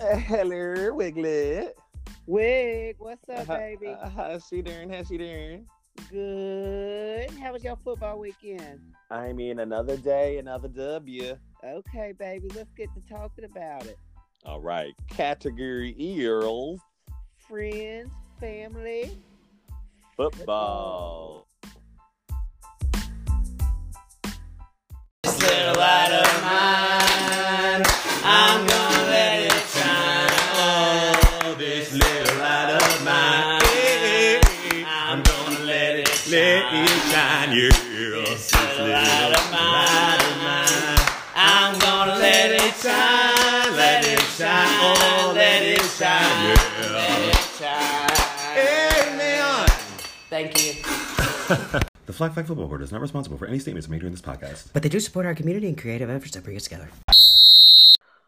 Hello, Wiglet. Wig, what's up, How- baby? uh, how's she doing? How's she doing? Good. How was your football weekend? I mean, another day, another W. Okay, baby, let's get to talking about it. All right, category Earls Friends, family. football. I'm gonna let it shine. Oh, this little light of mine. I'm gonna let it shine. Let it shine, yeah. This little light of mine. I'm gonna let it shine. Let it shine. Oh, let it shine, yeah. Amen. Thank you. The Flag Flag Football Board is not responsible for any statements made during this podcast. But they do support our community and creative efforts that bring us together.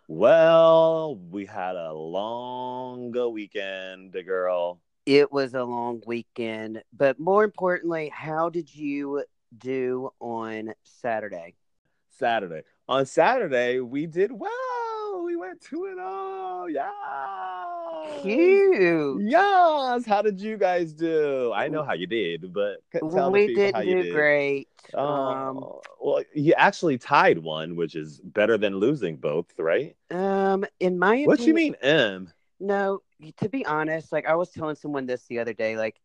Well, we had a long weekend, girl. It was a long weekend, but more importantly, how did you do on Saturday? Saturday. On Saturday, we did well. We went two and oh, yeah. Cute. Yes. How did you guys do? I know how you did, but c- tell the we people how didn't you do did. great. Oh, Um, well, you actually tied one, which is better than losing both, right? um, in my What you opinion- mean, M? No, to be honest, like I was telling someone this the other day, like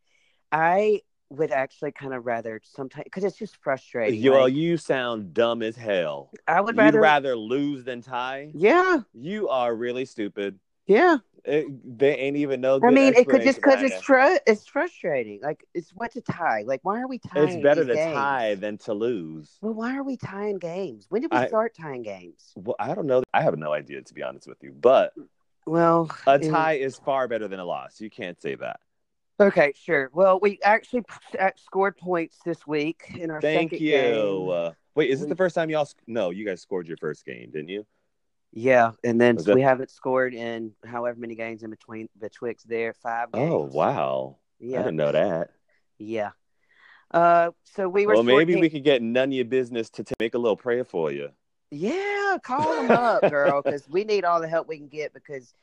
I would actually kind of rather sometimes because it's just frustrating. You, well, like, you sound dumb as hell. I would You'd rather, rather... lose than tie? yeah, You are really stupid. yeah. It, they ain't even no. I good mean, it could just explanation because right it's now. fru- it's frustrating. Like it's what to tie. Like why are we tying? It's better to these games? tie than to lose. Well, why are we tying games? When did we I- start tying games? Well, I don't know. I have no idea to be honest with you, but Well, a Mm. tie is far better than a loss. You can't say that. okay, sure. Well, we actually p- uh, scored points this week in our Thank second you. game. Uh, wait, is this We- the first time y'all? Sc- no, you guys scored your first game, didn't you? Yeah, and then Was that- we haven't scored in however many games in between betwixt there five. Games. Oh wow, I Yeah, didn't know that. yeah. Uh, so we were. well, maybe 14 we could get none of your business to t- make a little prayer for you. Yeah, call them up, girl, because we need all the help we can get because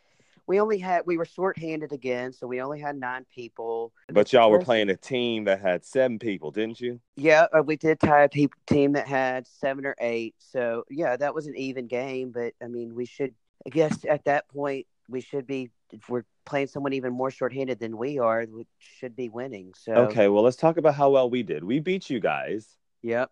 we only had we were shorthanded again, so we only had nine people. But y'all were Listen. playing a team that had seven people, didn't you? Yeah, uh, we did tie a pe- team that had seven or eight. So yeah, that was an even game. But I mean, we should. I guess at that point, we should be. If we're playing someone even more shorthanded than we are, we should be winning. So Okay, well, let's talk about how well we did. We beat you guys. Yep.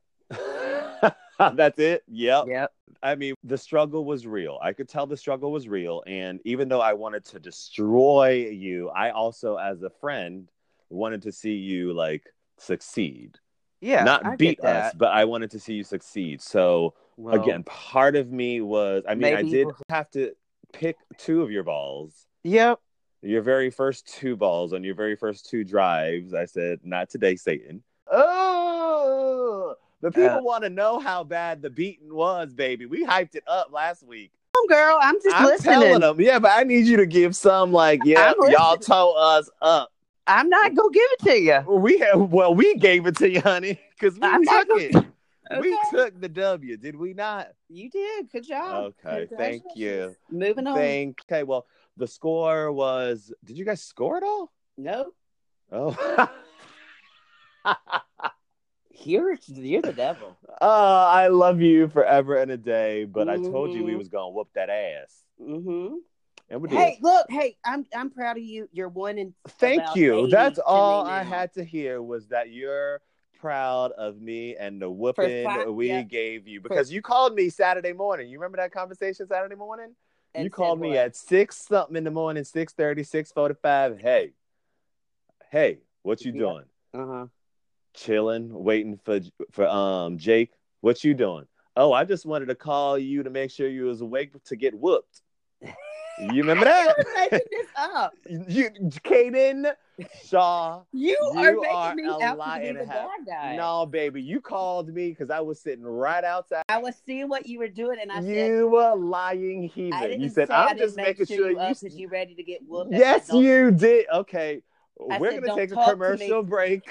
That's it. Yep. Yep. I mean, the struggle was real. I could tell the struggle was real. And even though I wanted to destroy you, I also, as a friend, wanted to see you like succeed. Yeah. Not I get beat us, that. but I wanted to see you succeed. So, Well, again, part of me was, I mean, I Maybe- did have to pick two of your balls. Yep. Your very first two balls on your very first two drives, I said, not today, Satan. Oh, the people Uh, want to know how bad the beating was, baby. We hyped it up last week. Come, girl. I'm just I'm listening. telling them, yeah, but I need you to give some like, yeah, I'm y'all tow us up. I'm not gonna give it to you. We have, well, we gave it to you, honey, because we I'm took not gonna- it. We Okay. took the W, did we not? You did. Good job. Okay, thank you. Congratulations. Moving on. Thank. Okay, well, the score was. Did you guys score at all? No, Oh, you're you're the devil. oh, I love you forever and a day, but I told you we Mhm. was gonna whoop that ass, Mm-hmm. and we did. Hey, look. Hey, I'm I'm proud of you. You're one in. Thank about you. 80 That's to me all I now. had to hear was that you're proud of me and the whooping fi- we yeah. gave you because you called me Saturday morning. You remember that conversation Saturday morning? And you said called me what? at six something in the morning, 6.30, 6.45. Hey, hey, what you Yeah. doing? Uh-huh. Chilling, waiting for for um Jake. What you doing? Oh, I just wanted to call you to make sure you was awake to get whooped. You remember You're that? making this up. you, Kaden Shaw. You, You are making are me a out lie to be and a the bad half. guy. No, baby, you called me because I was sitting right outside. I was seeing what you were doing, and I said, you were lying I heathen. didn't You said, say I I'm didn't just make making sure sure you you. up because you ready to get whooped. I said, yes, "Don't you did. Okay, I we're said, going to "Don't take a talk to me." commercial break.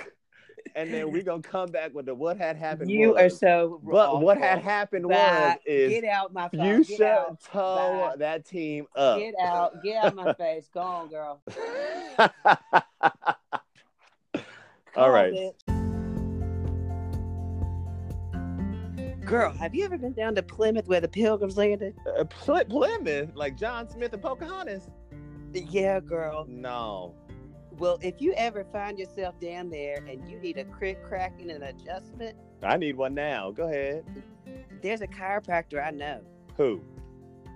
and then we gonna come back with the what had happened. You was. are so. But what had awful. happened Bye. was is get out my phone. you get should out. tow Bye. that team up. Get out. Get out my face. Go on, girl. Come All on, right. bitch. Girl, have you ever been down to Plymouth where the pilgrims landed? Uh, Pl- Plymouth, like John Smith and Pocahontas. Yeah, girl. No. Well, if you ever find yourself down there and you need a crick cracking and adjustment, I need one now. Go ahead. there's a chiropractor I know, Who?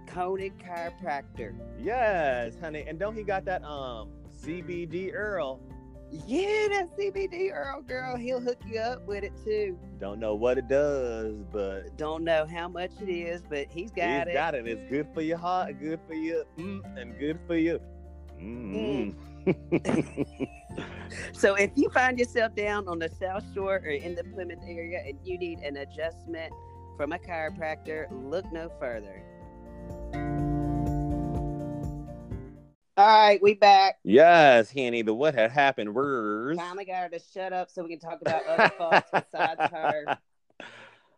Koenig Chiropractor. Yes, honey. And don't he got that um CBD Earl? Yeah, that CBD Earl girl, he'll hook you up with it too. Don't know what it does, but Don't know how much it is, but he's got he's it. got it. It's good for your heart, good for you, mm, and good for you. Mm. Mm. So if you find yourself down on the South Shore or in the Plymouth area and you need an adjustment from a chiropractor, look no further. All right, we back. Yes, honey. The what had happened was. Finally got her to shut up so we can talk about other folks besides her.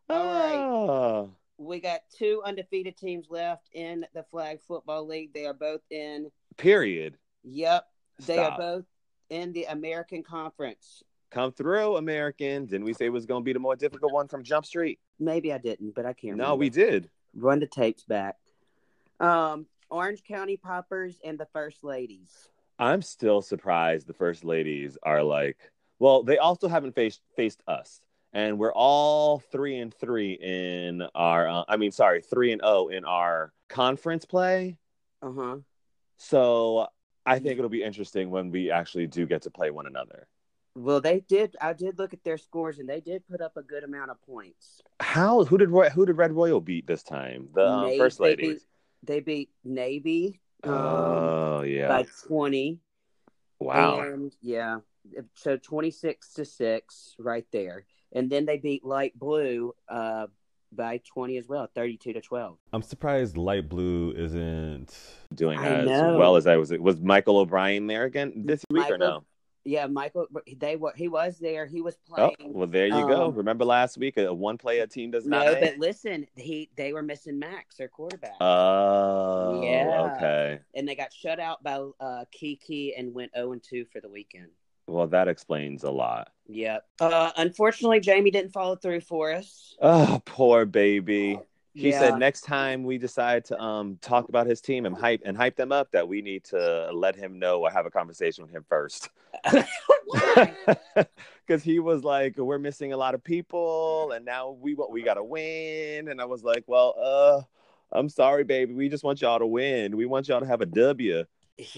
All right. Ah. We got two undefeated teams left in the Flag Football League. They are both in. Period. Yep, they Stop. are both in the American Conference. Come through, American. Didn't we say it was going to be the more difficult one from Jump Street? Maybe I didn't, but I can't. No, remember. we did. run the tapes back. Um, Orange County Poppers and the First Ladies. I'm still surprised the first ladies are like, well, they also haven't faced faced us, and we're all three and three in our. Uh, I mean, sorry, three and zero in our conference play. Uh huh. So I think it'll be interesting when we actually do get to play one another. Well, they did. I did look at their scores, and they did put up a good amount of points. How? Who did Roy, who did Red Royal beat this time? The um, Navy- first they ladies. beat- They beat Navy um, oh yeah! by twenty. wow. And, yeah. So twenty six to six, right there, and then they beat Light Blue uh, by twenty as well, thirty two to twelve. I'm surprised light blue isn't. doing I as know. well as I was. Was Michael O'Brien there again this week or no? Michael- Yeah, Michael. They were. He was there. He was Oh, playing. well, there you go. Um, Remember last week, a one play a team does not. No, but listen, he they were missing Max, their quarterback, Oh, Yeah. okay. and they got shut out by uh, Kiki and went zero and two for the weekend. Well, that explains a lot. Yep. Uh, unfortunately, Jamie didn't follow through for us. Oh, poor baby. He Yeah. said next time we decide to um talk about his team and hype and hype them up that we need to let him know or have a conversation with him first. Why? Because he was like, "We're missing a lot of people, and now we wa- we gotta win." And I was like, "Well, uh, I'm sorry, baby. We just want y'all to win. We want y'all to have a W."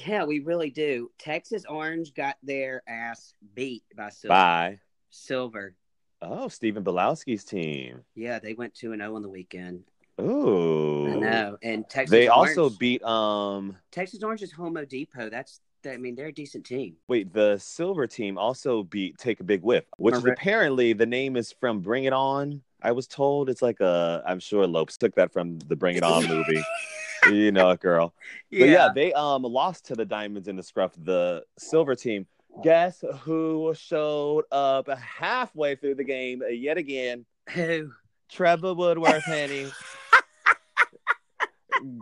yeah, we really do. Texas Orange got their ass beat by Silver. Bye. Silver. Oh, Stephen Belowski's team. Yeah, they went two and zero on the weekend. Ooh. I know. And Texas. They Orange- also beat um. Texas Orange is Homo Depot. That's I mean they're a decent team. Wait, the silver team also beat Take a Big Whiff, which is Correct. apparently the name is from Bring It On. I was told it's like a. I'm sure Lopes took that from the Bring It On movie. you know it, girl. But yeah, they um lost to the Diamonds in the Scruff, the silver team. Guess who showed up halfway through the game yet again? Who? Trevor Woodworth, honey.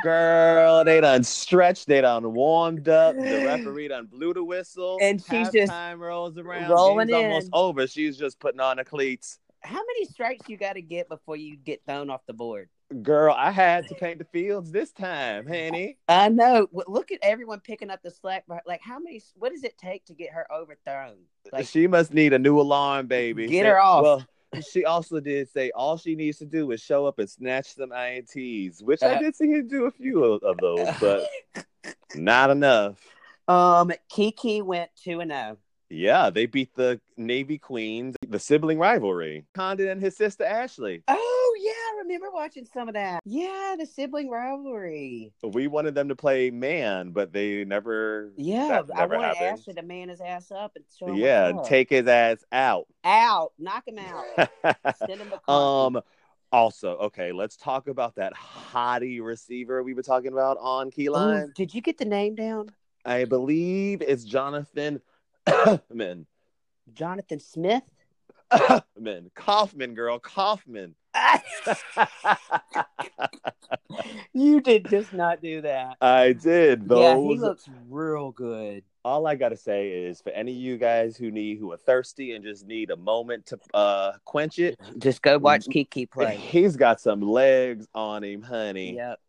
Girl, they done stretched, they done warmed up. The referee done blew the whistle, And she's just time rolls around. rolling Game's almost in. over. She's just putting on the cleats. How many strikes you got to get before you get thrown off the board? Girl, I had to paint the fields this time, honey. I know. W- Look at everyone picking up the slack. for her. Like, how many? What does it take to get her overthrown? Like, she must need a new alarm, baby. Get Say- her off. Well, she also did say all she needs to do is show up and snatch some ints, which I Uh, did see him do a few of, of those, but not enough. um, Kiki went two and oh. zero. Yeah, they beat the Navy Queens, the sibling rivalry. Condon and his sister Ashley. Oh yeah, I remember watching some of that. Yeah, the sibling rivalry. We wanted them to play man, but they never. Yeah, That I never wanted happened. Ashley to man his ass up and show him yeah, what's up. take his ass out. out, knock him out, send him a um. Also, okay, let's talk about that hottie receiver we were talking about on Key Lime. did you get the name down? I believe it's Jonathan Man. Jonathan Smith. Man, Kaufman, girl, Kaufman. you did just not do that. I did. Those yeah, he looks real good. all I gotta say is for any of you guys who need who are thirsty and just need a moment to uh quench it, Just go watch Mm-hmm. Kiki play. he's got some legs on him, honey. Yep.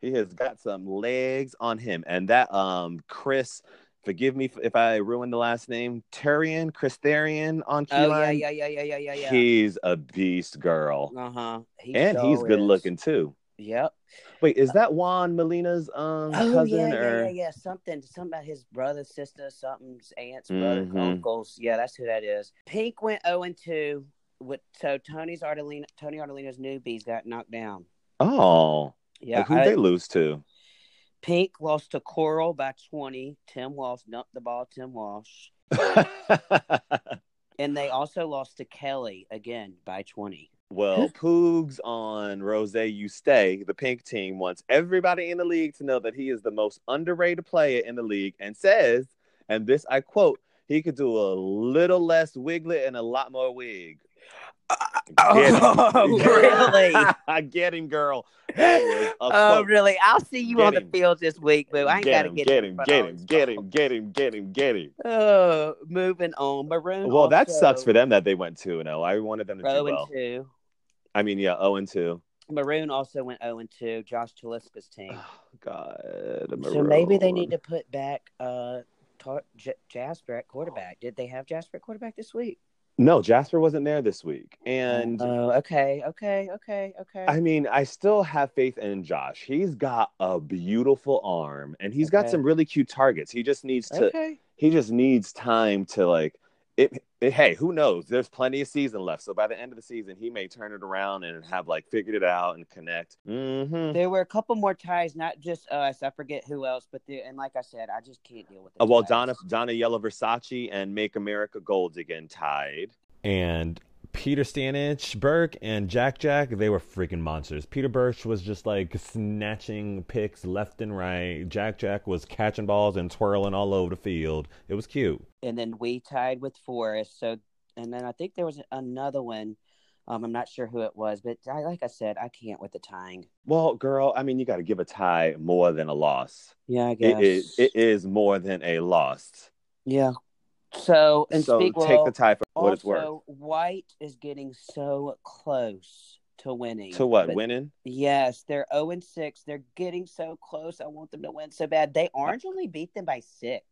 He has got some legs on him. And that um Chris, forgive me if I ruin the last name, Turian, Christarian on Key Oh yeah, Lime. yeah, yeah, yeah, yeah, yeah, yeah. He's a beast girl. uh huh. and he's good looking too. Yep. Wait, is that Juan Molina's um Uh, Oh yeah, cousin yeah, or yeah, yeah. Something, something about his brother, sister, something's aunts, brother, Mm-hmm. Mhm. uncles. Yeah, that's who that is. Pink went zero and two. With so Tony's Artelino, Tony Artelino's newbies got knocked down. Oh. Yeah, like who I- they lose to? Pink lost to Coral by twenty. Tim Walsh dumped the ball. Tim Walsh, and they also lost to Kelly again by twenty. Well, Poogs on Rose You Stay, the pink team, wants everybody in the league to know that he is the most underrated player in the league and says, and this I quote, he could do a little less wiglet and a lot more wig. Oh, really? I get him, girl. That was a Oh, quote. really? I'll see you Get on the him. field this week, boo. I ain't get got to him, get, get in him, front get of him, all get these him, get him, get him, get him. people. Oh, moving on. Maroon. Well, that also- sucks for them that they went 2 0. I wanted them to do Row and well. two. I mean, yeah, 0 and 2. Maroon also went 0 and 2, Josh Taliska's team. Oh, God. So maybe they Maroon. need to put back uh Tar- J- Jasper at quarterback. Did they have Jasper at quarterback this week? No, Jasper wasn't there this week. And Oh, okay, okay, okay, okay. I mean, I still have faith in Josh. He's got a beautiful arm and he's got Okay. some really cute targets. He just needs to okay. he just needs time to like it, it- hey, who knows? There's plenty of season left. So by the end of the season, he may turn it around and have like figured it out and connect. Mhm. There were a couple more ties, not just us. I forget who else, but there, and like I said, I just can't deal with it. Uh, well, Donna Donna Yellow Versace and Make America Gold again tied. and Peter Stanich, Burke, and Jack Jack, they were freaking monsters. Peter Birch was just like snatching picks left and right. Jack Jack was catching balls and twirling all over the field. It was cute. and then we tied with Forrest. So, and then I think there was another one. Um, I'm not sure who it was, but I, like I said, I can't with the tying. Well, girl, I mean, you got to give a tie more than a loss. Yeah, I guess. It is it is more than a loss. Yeah. So and so speak take well, the tie for what also, it's worth. White is getting so close to winning. To what? But- Winning? Yes, they're zero and six. They're getting so close. I want them to win so bad. They Orange only beat them by six.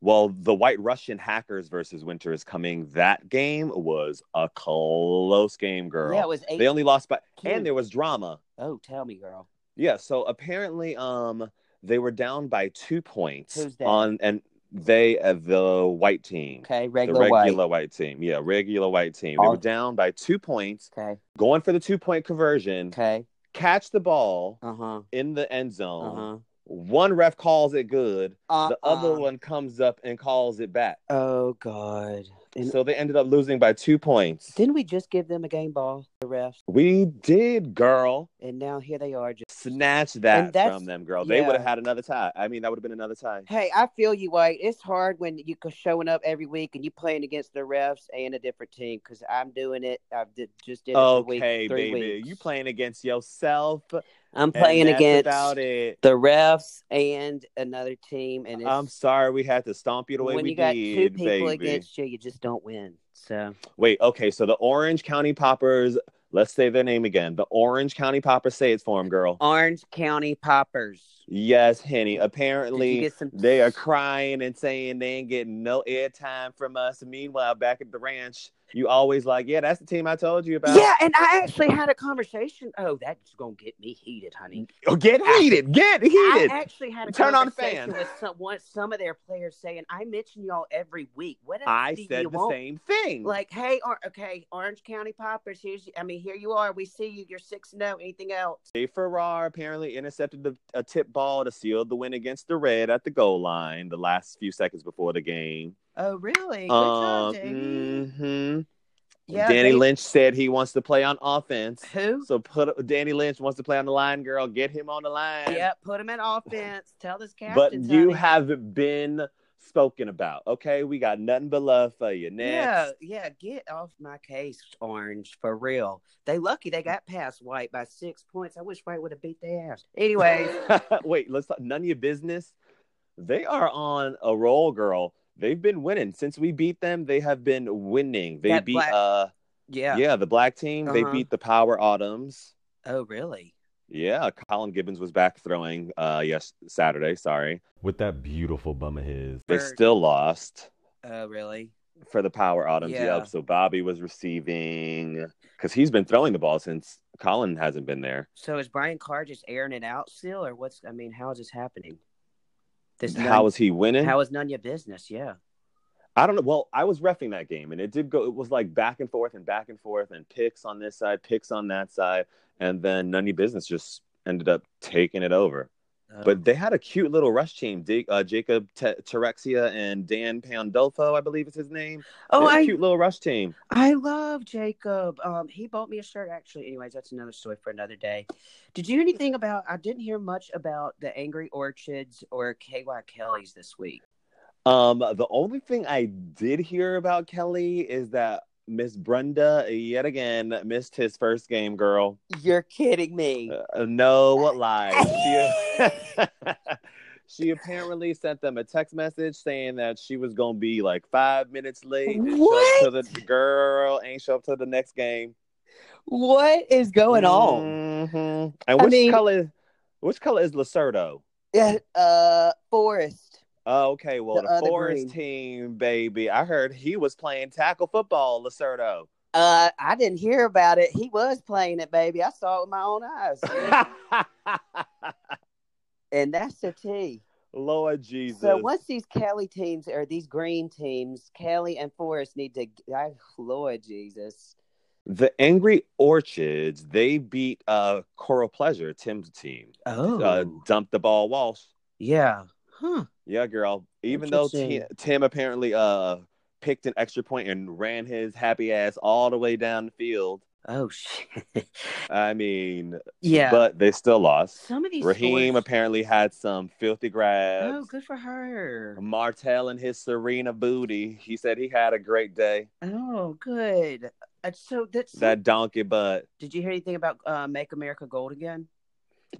Well, the White Russian Hackers versus Winter is coming. That game was a close game, girl. Yeah, it was eight. they only lost by, two. and there was drama. oh, tell me, girl. Yeah, so apparently, um, they were down by two points Who's they? on, and they uh, the white team, Okay, the regular, regular White. white. team. Yeah, regular white team. They Oh. were down by two points, Okay, going for the two point conversion, okay. catch the ball Uh huh. in the end Uh zone. huh. One ref calls it good. Oh. Uh-uh. The other one comes up and calls it back. Oh God! And So they ended up losing by two points. didn't we just give them a game ball, the refs, we did, girl. and now here they are. Just Snatch that And that's- from them, girl. They yeah. would have had another tie. I mean, that would have been another tie. hey, I feel you, White. It's hard when you go showing up every week and you playing against the refs and a different team. Because I'm doing it. I did, just did it for week, Okay, three baby. weeks. You playing against yourself. and I'm playing that's against about it. the refs and another team, and it's, I'm sorry we had to stomp you the way when we you got did, two people baby. against you, you just don't win. So Wait, okay, so the Orange County Poppers, let's say their name again. The Orange County Poppers, say it for them, girl. Orange County Poppers. Yes, Henny. Did Apparently, you get some? They are crying and saying they ain't getting no airtime from us. Meanwhile, back at the ranch, you always like, yeah, that's the team I told you about. Yeah, and I actually had a conversation. Oh, that's gonna get me heated, honey. Oh, get heated, get I heated. actually had a Turn on the conversation fan. with some, one, some of their players saying, "I mention y'all every week. What else I do said you the want? same thing. Like, hey, or, okay, Orange County Poppers. Here's, I mean, here you are. We see you. You're six and zero. Anything else? Jay Farrar apparently intercepted the, a tip ball to seal the win against the Red at the goal line the last few seconds before the game. Oh, really? Good Um, job, Davey. mhm. Yeah, Danny they- Lynch said he wants to play on offense. Who? So put Danny Lynch wants to play on the line, girl. Get him on the line. Yeah, put him in offense. Tell this captain. but you honey. have been spoken about. Okay, we got nothing but love for you. Next. Yeah, yeah, get off my case, Orange, for real. They lucky they got past White by six points. I wish White would have beat their ass. Anyways, Wait, let's talk. None of your business. They are on a roll, girl. They've been winning since we beat them. They have been winning. They That beat black- uh, yeah. yeah. the black team. They Uh-huh. beat the Power Autumns. Oh, really? Yeah, Colin Gibbons was back throwing. Uh, yes, Saturday. Sorry, with that beautiful bum of his. they Third. still lost Oh, really? for the Power Autumns. Yeah. Yep. So Bobby was receiving because he's been throwing the ball since Colin hasn't been there. So is Brian Carr just airing it out still, or what's? I mean, how is this happening? This How none- is he winning? how is none your business? Yeah. I don't know. Well, I was refing that game, and it did go. It was like back and forth and back and forth, and picks on this side, picks on that side, and then none of your business just ended up taking it over. Oh, But they had a cute little rush team. D- uh, Jacob Te- Terexia and Dan Pandolfo, I believe is his name. oh, They're a I cute little rush team. I love Jacob. Um, he bought me a shirt actually. Anyways, that's another story for another day. Did you hear anything about? I didn't hear much about the Angry Orchids or KY Kelly's this week. Um, the only thing I did hear about Kelly is that Miss Brenda yet again missed his first game. Girl, You're kidding me. Uh, no, what lies? She, she apparently sent them a text message saying that she was gonna be like five minutes late. didn't show up To the girl ain't show up to the next game. what is going on? Mhm. And I which mean- color? Which color is Lacerdo? Uh, Forest. Oh, okay. Well, The the, other green. Forest team, baby. I heard he was playing tackle football, Lacerdo. Uh, I didn't hear about it. He was playing it, baby. I saw it with my own eyes, and that's the T. Lord Jesus. So once these Kelly teams or these green teams, Kelly and Forrest need to. I, Lord Jesus. The Angry Orchids, they beat uh Coral Pleasure, Tim's team. Oh, Uh, dumped the ball Walsh. yeah. Huh. Yeah, girl. Even though Ti- Interesting. Tim apparently uh picked an extra point and ran his happy ass all the way down the field. Oh shit. I mean, yeah. but they still lost. some of these Raheem scores- apparently had some filthy grabs. Oh, good for her. Um, Martell and his Serena booty. He said he had a great day. Oh, good. Uh, so that's. That donkey butt. did you hear anything about uh, Make America Gold again?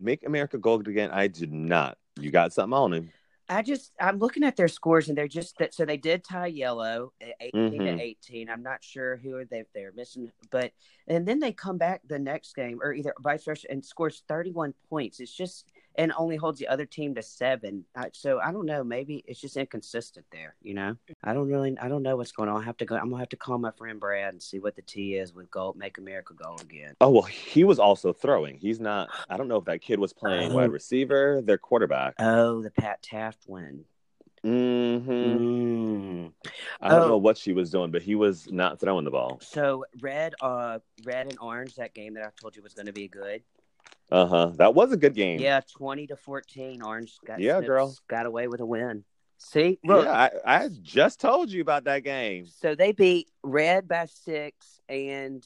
Make America Gold again. I did not. You got something on him. I just I'm looking at their scores and they're just that so they did tie yellow uh, 18 Mhm. to 18. I'm not sure who they they're missing, but and then they come back the next game or either vice versa and scores 31 points. It's just and only holds the other team to seven. I, so I don't know. Maybe it's just inconsistent there. You know, I don't really I don't know what's going on. I have to go. I'm gonna have to call my friend Brad and see what the T is with gold. Make America gold again. Oh well, he was also throwing. He's not. I don't know if that kid was playing wide receiver, their quarterback. Oh, the Pat Taft one. hmm I Mm. don't Mm-hmm. Oh. know what she was doing, but he was not throwing the ball. So red, uh, red and orange. That game that I told you was going to be good. Uh huh. That was a good game. Yeah, twenty to fourteen. Orange got Yeah, snips, girl. got away with a win. See, Look, look. yeah, I, I just told you about that game. So they beat red by six and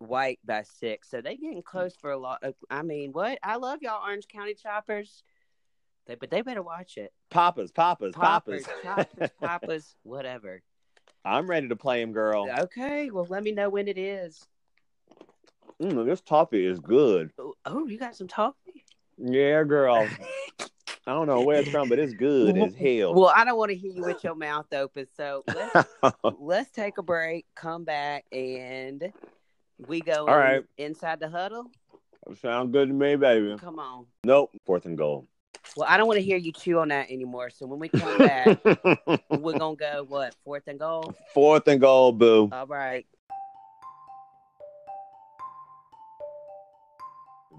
white by six. So they getting close for a lot. Of, I mean, what? I love y'all, Orange County Choppers. They, but they better watch it. Papas, papas, Poppers, papas. choppers, poppers, whatever. I'm ready to play him, girl. Okay, well, let me know when it is. Mm, this toffee is good. Oh, oh, you got some toffee? Yeah, girl. I don't know where it's from, but it's good as hell. Well, I don't want to hear you with your mouth open. So let's let's take a break, come back, and we go All right. inside the huddle. Sound good to me, baby. Come on. Nope. Fourth and goal. Well, I don't want to hear you chew on that anymore. So when we come back, we're gonna go what fourth and goal. Fourth and goal, boo. All right.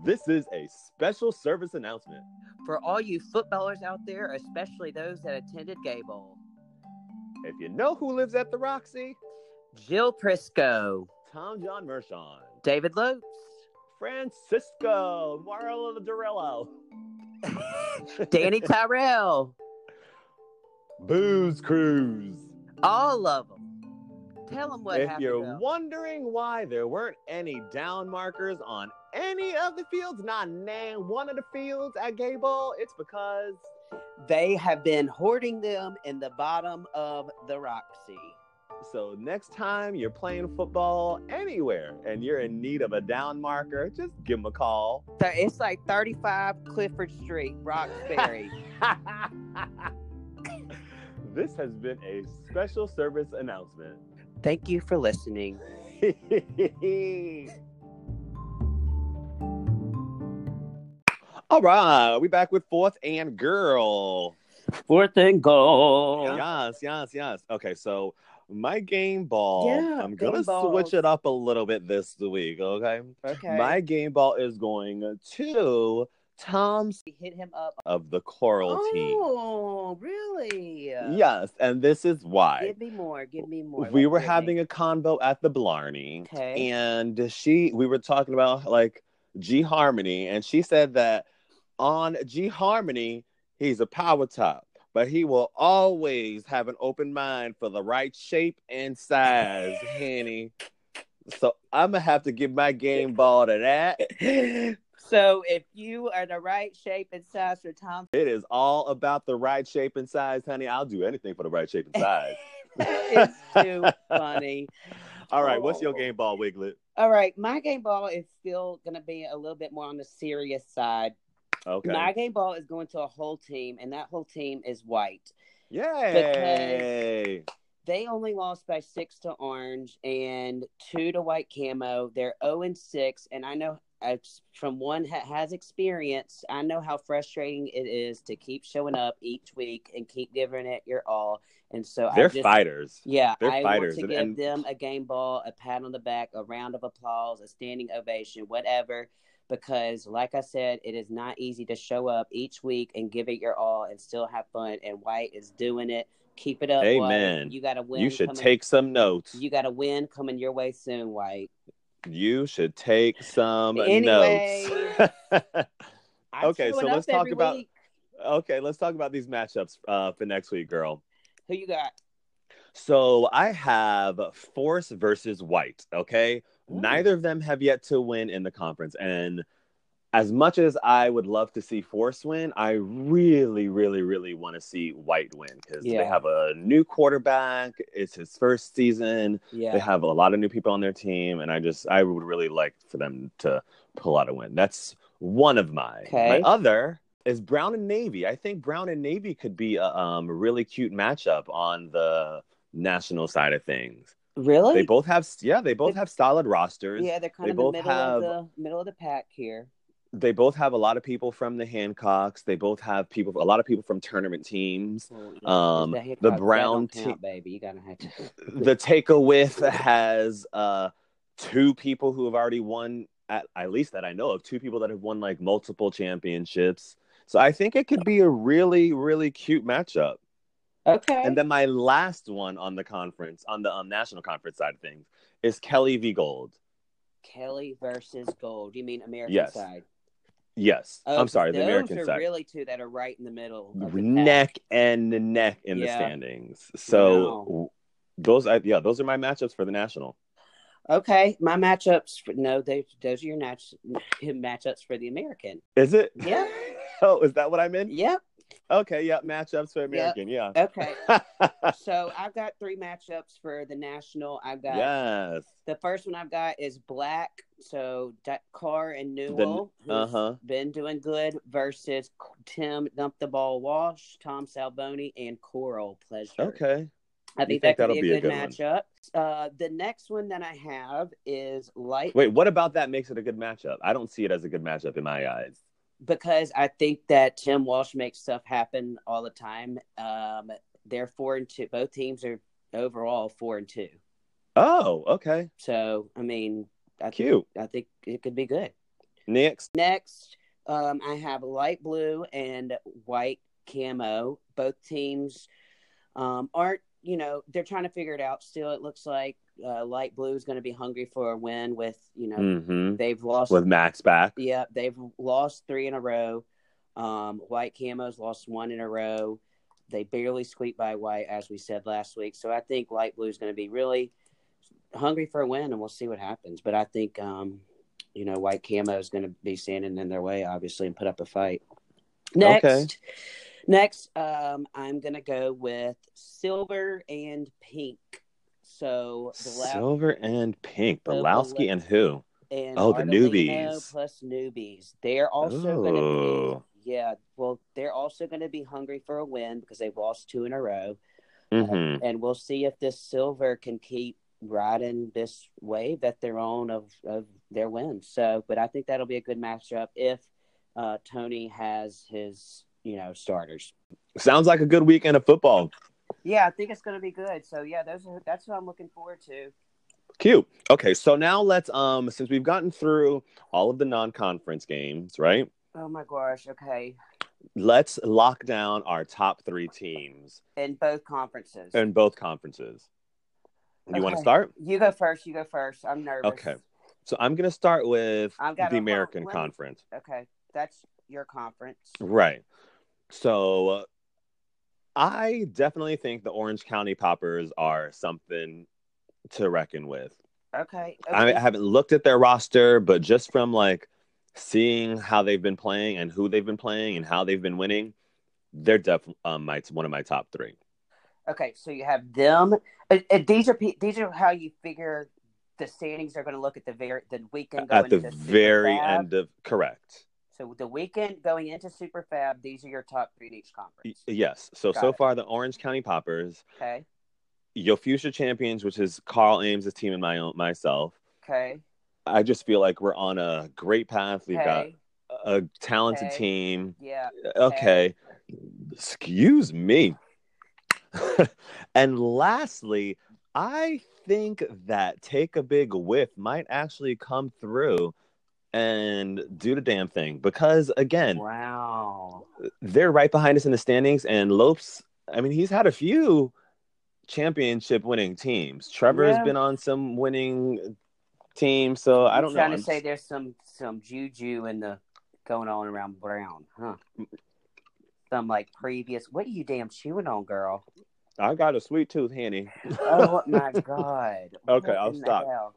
This is a special service announcement. For all you footballers out there, especially those that attended Gay Bowl, If you know who lives at the Roxy, Jill Prisco, Tom John Mershon, David Lopes, Francisco Marla Dorello, Danny Tyrell, Booze Cruise. all of them. Tell them what if happened. you're though. wondering why there weren't any down markers on any of the fields, not name one of the fields at Gay Bowl, it's because They have been hoarding them in the bottom of the Roxy. So next time you're playing football anywhere and you're in need of a down marker, just give them a call. So it's like 35 Clifford Street, Roxbury. This has been a special service announcement. Thank you for listening. All right, we back with fourth and girl. Fourth and goal. Yes, yes, yes. Okay, so my game ball. Yeah, I'm gonna game balls. switch it up a little bit this week. Okay, Okay. my game ball is going to Tom We hit him up. of the Coral team. Oh, really? Yes, and this is why Give me more. Give me more. we Let's were hear me. having a convo at the Blarney. Okay. and she we were talking about like G Harmony, and she said that on G Harmony he's a power top, but he will always have an open mind for the right shape and size, Henny. So I'm gonna have to give my game ball to that. so if you are the right shape and size for Tom, It is all about the right shape and size, honey. I'll do anything for the right shape and size. that is too funny. All right, what's your Oh. game ball, Wiglet? All right, my game ball is still going to be a little bit more on the serious side. Okay. My game ball is going to a whole team, and that whole team is white. Yay! They only lost by six to Orange and two to White Camo. They're zero and six, and I know I, from one that has experience, I know how frustrating it is to keep showing up each week and keep giving it your all. And so I They're just, fighters. Yeah, They're I fighters, want to and- give and- them a game ball, a pat on the back, a round of applause, a standing ovation, whatever. Because, like I said, it is not easy to show up each week and give it your all and still have fun. And White is doing it. Keep it up, White. Amen. You got to win. You should coming- take some notes. You got to win coming your way soon, White. You should take some Anyway. notes. I'm Okay, so showing up let's talk every about- week. okay, let's talk about these matchups uh, for next week, girl. who you got. So I have Force versus White. Okay, Ooh. neither of them have yet to win in the conference, and as much as I would love to see Force win, I really, really, really want to see White win because Yeah. they have a new quarterback. It's his first season. They Yeah, have a lot of new people on their team, and I just I would really like for them to pull out a win. That's one of mine. My Okay. other is Brown and Navy. I think Brown and Navy could be a um, really cute matchup on the national side of things. really? They both have yeah, they both have solid rosters. yeah, they're kind they of the both middle have- of the middle of the pack here. They both have a lot of people from the Hancocks. They both have people a lot of people from tournament teams. Um, That hip the hop, that brown don't te- count, baby, you gotta have to. the take a with has uh two people who have already won at, at least that I know of two people that have won like multiple championships. So I think it could be a really really cute matchup. Okay, And then my last one on the conference on the um, national conference side of things is Kelly V Gold. Kelly versus Gold. You mean American Yes. side? Yes. Oh, I'm sorry, the those American are side. really two that are right in the middle. Of the pack. neck and neck in the Yeah. standings. So those I, yeah, those are my matchups for the national. Okay, my matchups. For, no, they, those are your match, matchups for the American. Is it? Yeah. oh, is that what I meant? Yep. Okay, yeah, matchups for American, yeah. Okay. so I've got three matchups for the national. I've got yes. the first one I've got is Black. So D- Carr and Newell, who's uh-huh. been doing good, versus Tim Dump the Ball Walsh, Tom Salvoni, and Coral Pleasure. Okay. I You think, think that could that'll be a good, matchup. Uh, the next one that I have is light Wait, what about that makes it a good matchup? I don't see it as a good matchup in my eyes. because I think that Tim Walsh makes stuff happen all the time. Um, they're four and two. Both teams are overall four and two. Oh, okay. So I mean, I think, Cute. I think it could be good. Next. Next, um, I have light blue and white camo. Both teams um, aren't, you know, they're trying to figure it out still. It looks like uh, light blue is going to be hungry for a win with, you know, Mm-hmm. they've lost. With Max back. yeah, they've lost three in a row. Um, white camo's lost one in a row. They barely squeaked by white, as we said last week. So I think light blue is going to be really hungry for a win, and we'll see what happens. But I think, um, you know, white camo is going to be standing in their way, obviously, and put up a fight. Next, Next, um, I'm gonna go with silver and pink. So Blau- Silver and Pink, The Belowski Bel- and who? and Oh, the Artolino newbies. Oh. plus newbies. They're also gonna Ooh. be yeah. Well, they're also gonna be hungry for a win because they've lost two in a row, hmm and we'll see if this silver can keep riding this wave that they're on of of their wins. So, but I think that'll be a good matchup if uh, Tony has his you know starters. Sounds like a good weekend of football. Yeah, I think it's going to be good. So yeah, those are that's what I'm looking forward to. Cute. Okay, so now let's um since we've gotten through all of the non-conference games, right? Oh my gosh. Okay, Let's lock down our top three teams in both conferences. in both conferences. You want to Okay. start? you go first. You go first. I'm nervous. Okay. So I'm gonna start with I've got the a- American let me- Conference. Okay, that's your conference. Right. So uh, I definitely think the Orange County Poppers are something to reckon with. Okay. I okay. haven't looked at their roster, but just from like seeing how they've been playing and who they've been playing and how they've been winning, they're definitely um, my one of my top three. okay. So you have them. Uh, uh, these are pe- these are how you figure the standings are going to look at the very the weekend going at the into Super very Fab. end of correct. So the weekend going into Super Fab, these are your top three in each Y- conference. yes. So Got so it. far the Orange County Poppers, Okay. your future champions, which is Carl Ames' team and my own myself. Okay. I just feel like we're on a great path. We've got Okay. a talented Okay. team. Yeah. Okay. Excuse me. and lastly, I think that Take a Big Whiff might actually come through and do the damn thing because, again, Wow. they're right behind us in the standings. And Lopes, I mean, he's had a few championship winning teams. Trevor's Yeah. been on some winning teams. So I You're don't know. trying I'm to say there's some some juju in the going on around Brown, huh? Some like previous. What are you damn chewing on, girl? I got a sweet tooth, Henny. Oh my god. Okay, What I'll in the stop. hell?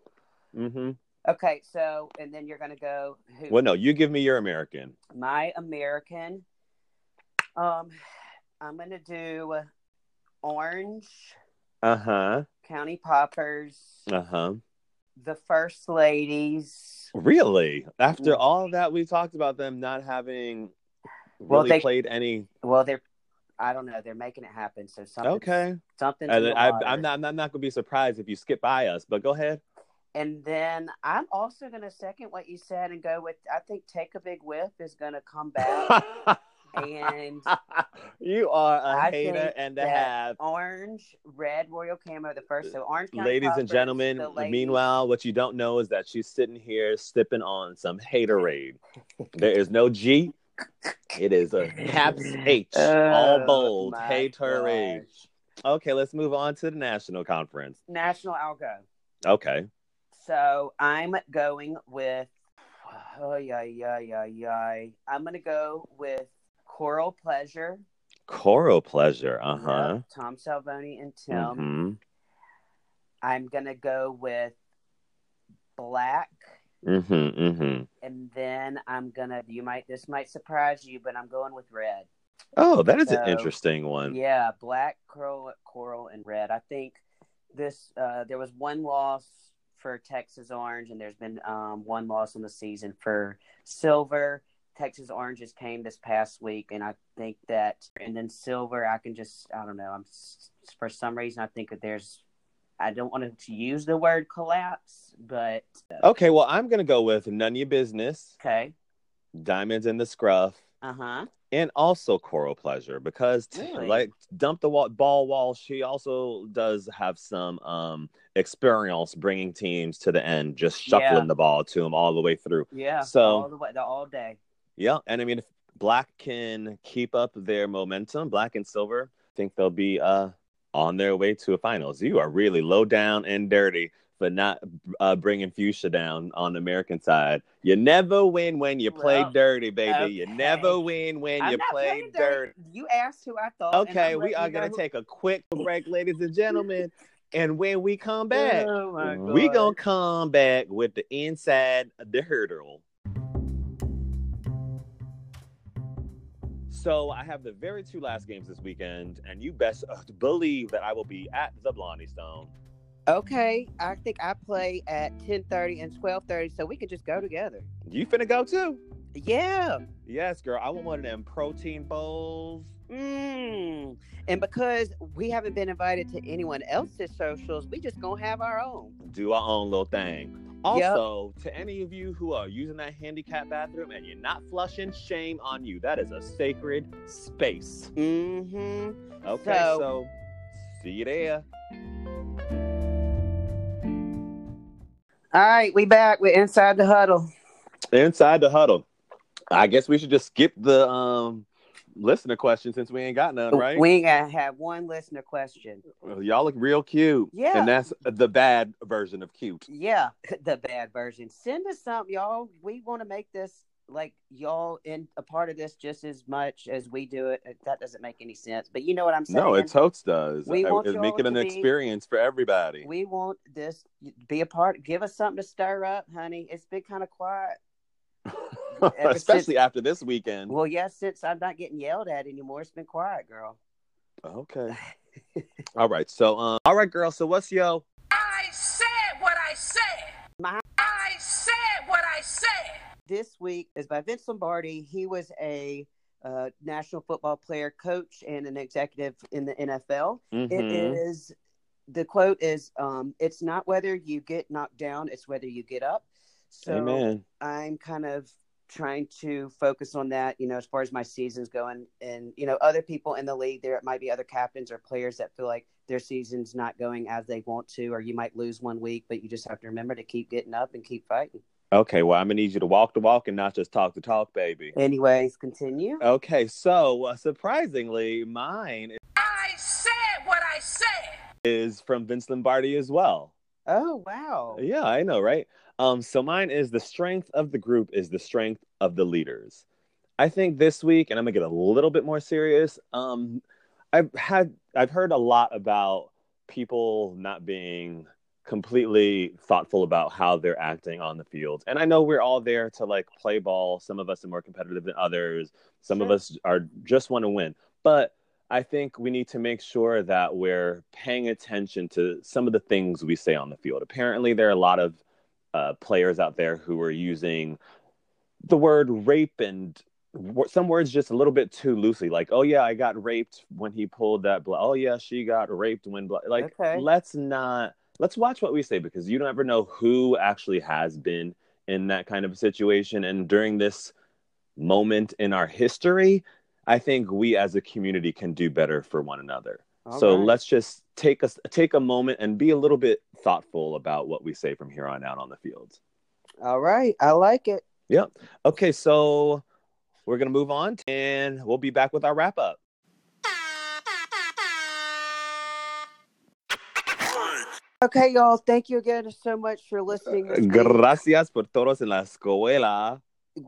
hmm Okay, so and then you're gonna go. Who? Well, no, you give me your American. My American. Um, I'm gonna do Orange Uh Uh-huh. huh. County Poppers, Uh huh. the First Ladies. Really? After Mhm. all that we talked about them not having really Well, they- played any. Well, they're. I don't know. They're making it happen. So something. Okay. Something. And then I, I'm not. I'm not, going to be surprised if you skip by us. But go ahead. And then I'm also going to second what you said and go with I think Take a Big Whiff is going to come back. and you are a I hater think and a that- half. Orange, Red, Royal Camo, the first. So Orange County Ladies and Puffers, gentlemen, the ladies. meanwhile, what you don't know is that she's sitting here sipping on some haterade. there is no G. It is a caps H, all Oh, bold, my haterade. gosh. Okay, let's move on to the national conference. National Algo. Okay. So I'm going with, oh, yeah, yeah, yeah, yeah. I'm going to go with Coral Pleasure. Choral pleasure. Uh huh. Yep, Tom Salvoni and Tim. hmm I'm going to go with Black. hmm hmm and then I'm gonna. You might. This might surprise you, but I'm going with red. Oh, that is So, an interesting one. Yeah, black coral, coral, and red. I think this. Uh, there was one loss for Texas Orange, and there's been um, one loss in the season for Silver. Texas Oranges came this past week, and I think that, and then Silver. I can just. I don't know. I'm s- for some reason I think that there's. I don't want to use the word collapse, but Okay, well, I'm going to go with None of Your Business, okay. Diamonds in the Scruff, Uh huh. and also Choral Pleasure because, t- Really? like, Dump the wall, Ball Wall, she also does have some um, experience bringing teams to the end, just shuffling Yeah. the ball to them all the way through. Yeah. So- all the way, the all day. Yeah, and I mean, if Black can keep up their momentum, Black and Silver, I think they'll be uh on their way to a finals. You are really low down and dirty for not uh, bringing Fuchsia down on the American side. You never win when you play Well, dirty, baby. You okay. never win when I'm you not play playing dirty. You asked who I thought. and Okay, I'm we letting are you know gonna who- take a quick break, ladies and gentlemen. And when we come back, Oh my we God. gonna come back with the inside the hurdle. So I have the very two last games this weekend, and you best uh, believe that I will be at the Blondie Stone. Okay, I think I play at ten thirty and twelve thirty, so we can just go together. You finna go too? Yeah. Yes, girl. I want one of them protein bowls. Mm. And because we haven't been invited to anyone else's socials, we just gonna have our own. do our own little thing. Also, to any of you who are using that handicap bathroom and you're not flushing, shame on you. That is a sacred space. Mm-hmm. Okay, So- so see you there. All right, we back. We're inside the huddle. Inside the huddle. I guess we should just skip the um listener question since we ain't got none, right? Oh, We ain't gonna have one listener question. Well, Y'all look real cute. Yeah. And that's the bad version of cute. Yeah, the bad version. Send us something, y'all. We want to make this like y'all in a part of this just as much as we do it. That doesn't make any sense, but you know what I'm saying. No, it totes does. We I- want it- make y'all it an to be- experience for everybody. we want this be a part. Give us something to stir up, honey. It's been kind of quiet. ever Especially since- after this weekend. Well, yes, since I'm not getting yelled at anymore, it's been quiet, girl. Okay. all right. So, um, all right, girl. So, what's yo? This week is by Vince Lombardi. He was a uh, national football player, coach, and an executive in the NFL. Mm-hmm. It is the quote is um, "It's not whether you get knocked down; it's whether you get up." So Amen. I'm kind of trying to focus on that, you know, as far as my season's going. And, you know, other people in the league, there might be other captains or players that feel like their season's not going as they want to, or you might lose one week, but you just have to remember to keep getting up and keep fighting. Okay. Well, I'm gonna need you to walk the walk and not just talk the talk, baby. Anyways, continue. Okay. So, uh, surprisingly, mine. I said what I said. Is from Vince Lombardi as well. Oh, wow. Yeah, I know, right? Um, so mine is the strength of the group is the strength of the leaders. I think this week, and I'm gonna get a little bit more serious. Um, I've had I've heard a lot about people not being completely thoughtful about how they're acting on the field. And I know we're all there to like play ball. Some of us are more competitive than others. Some of Sure. us are just want to win. But I think we need to make sure that we're paying attention to some of the things we say on the field. Apparently, there are a lot of uh, players out there who are using the word rape and wo- some words just a little bit too loosely, like, oh, yeah, I got raped when he pulled that. Bl- oh, yeah, she got raped when. Bl-. Like, Okay. let's not, let's watch what we say because you never know who actually has been in that kind of a situation. And during this moment in our history, I think we as a community can do better for one another. All so right. let's just take us take a moment and be a little bit thoughtful about what we say from here on out on the field. All right. I like it. Okay, so we're gonna move on and we'll be back with our wrap up. Okay, y'all. Thank you again so much for listening. This week. Gracias por todos en la escuela.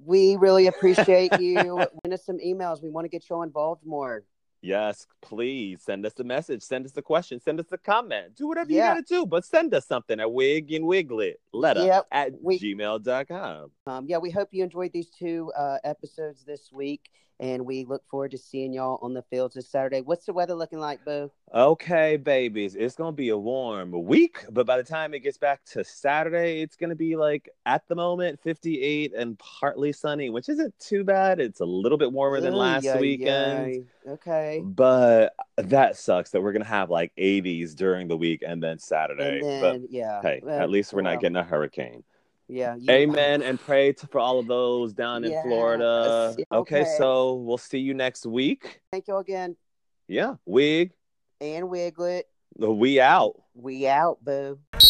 We really appreciate you. Send us some emails. We want to get you all involved more. Yes, please send us a message, send us a question, send us a comment. Do whatever Yeah. you gotta do, but send us something at wig and wiglet letter Yep, at we- gmail.com. Um, yeah, we hope you enjoyed these two uh, episodes this week, and we look forward to seeing y'all on the fields this Saturday. What's the weather looking like, Boo? Okay, babies, it's gonna be a warm week, but by the time it gets back to Saturday, it's gonna be like at the moment 58 and partly sunny, which isn't too bad. It's a little bit warmer than Ooh, last yay, weekend, yay. Okay. but that sucks that we're gonna have like 80s during the week and then Saturday. And then, yeah. but hey, well, at least we're well, not getting a hurricane. Yeah. you- Amen and pray to, for all of those down in Yes, Florida. Okay, okay. so we'll see you next week. Thank y'all again. Yeah, wig, And Wiglet, we out. we out, Boo. Shh.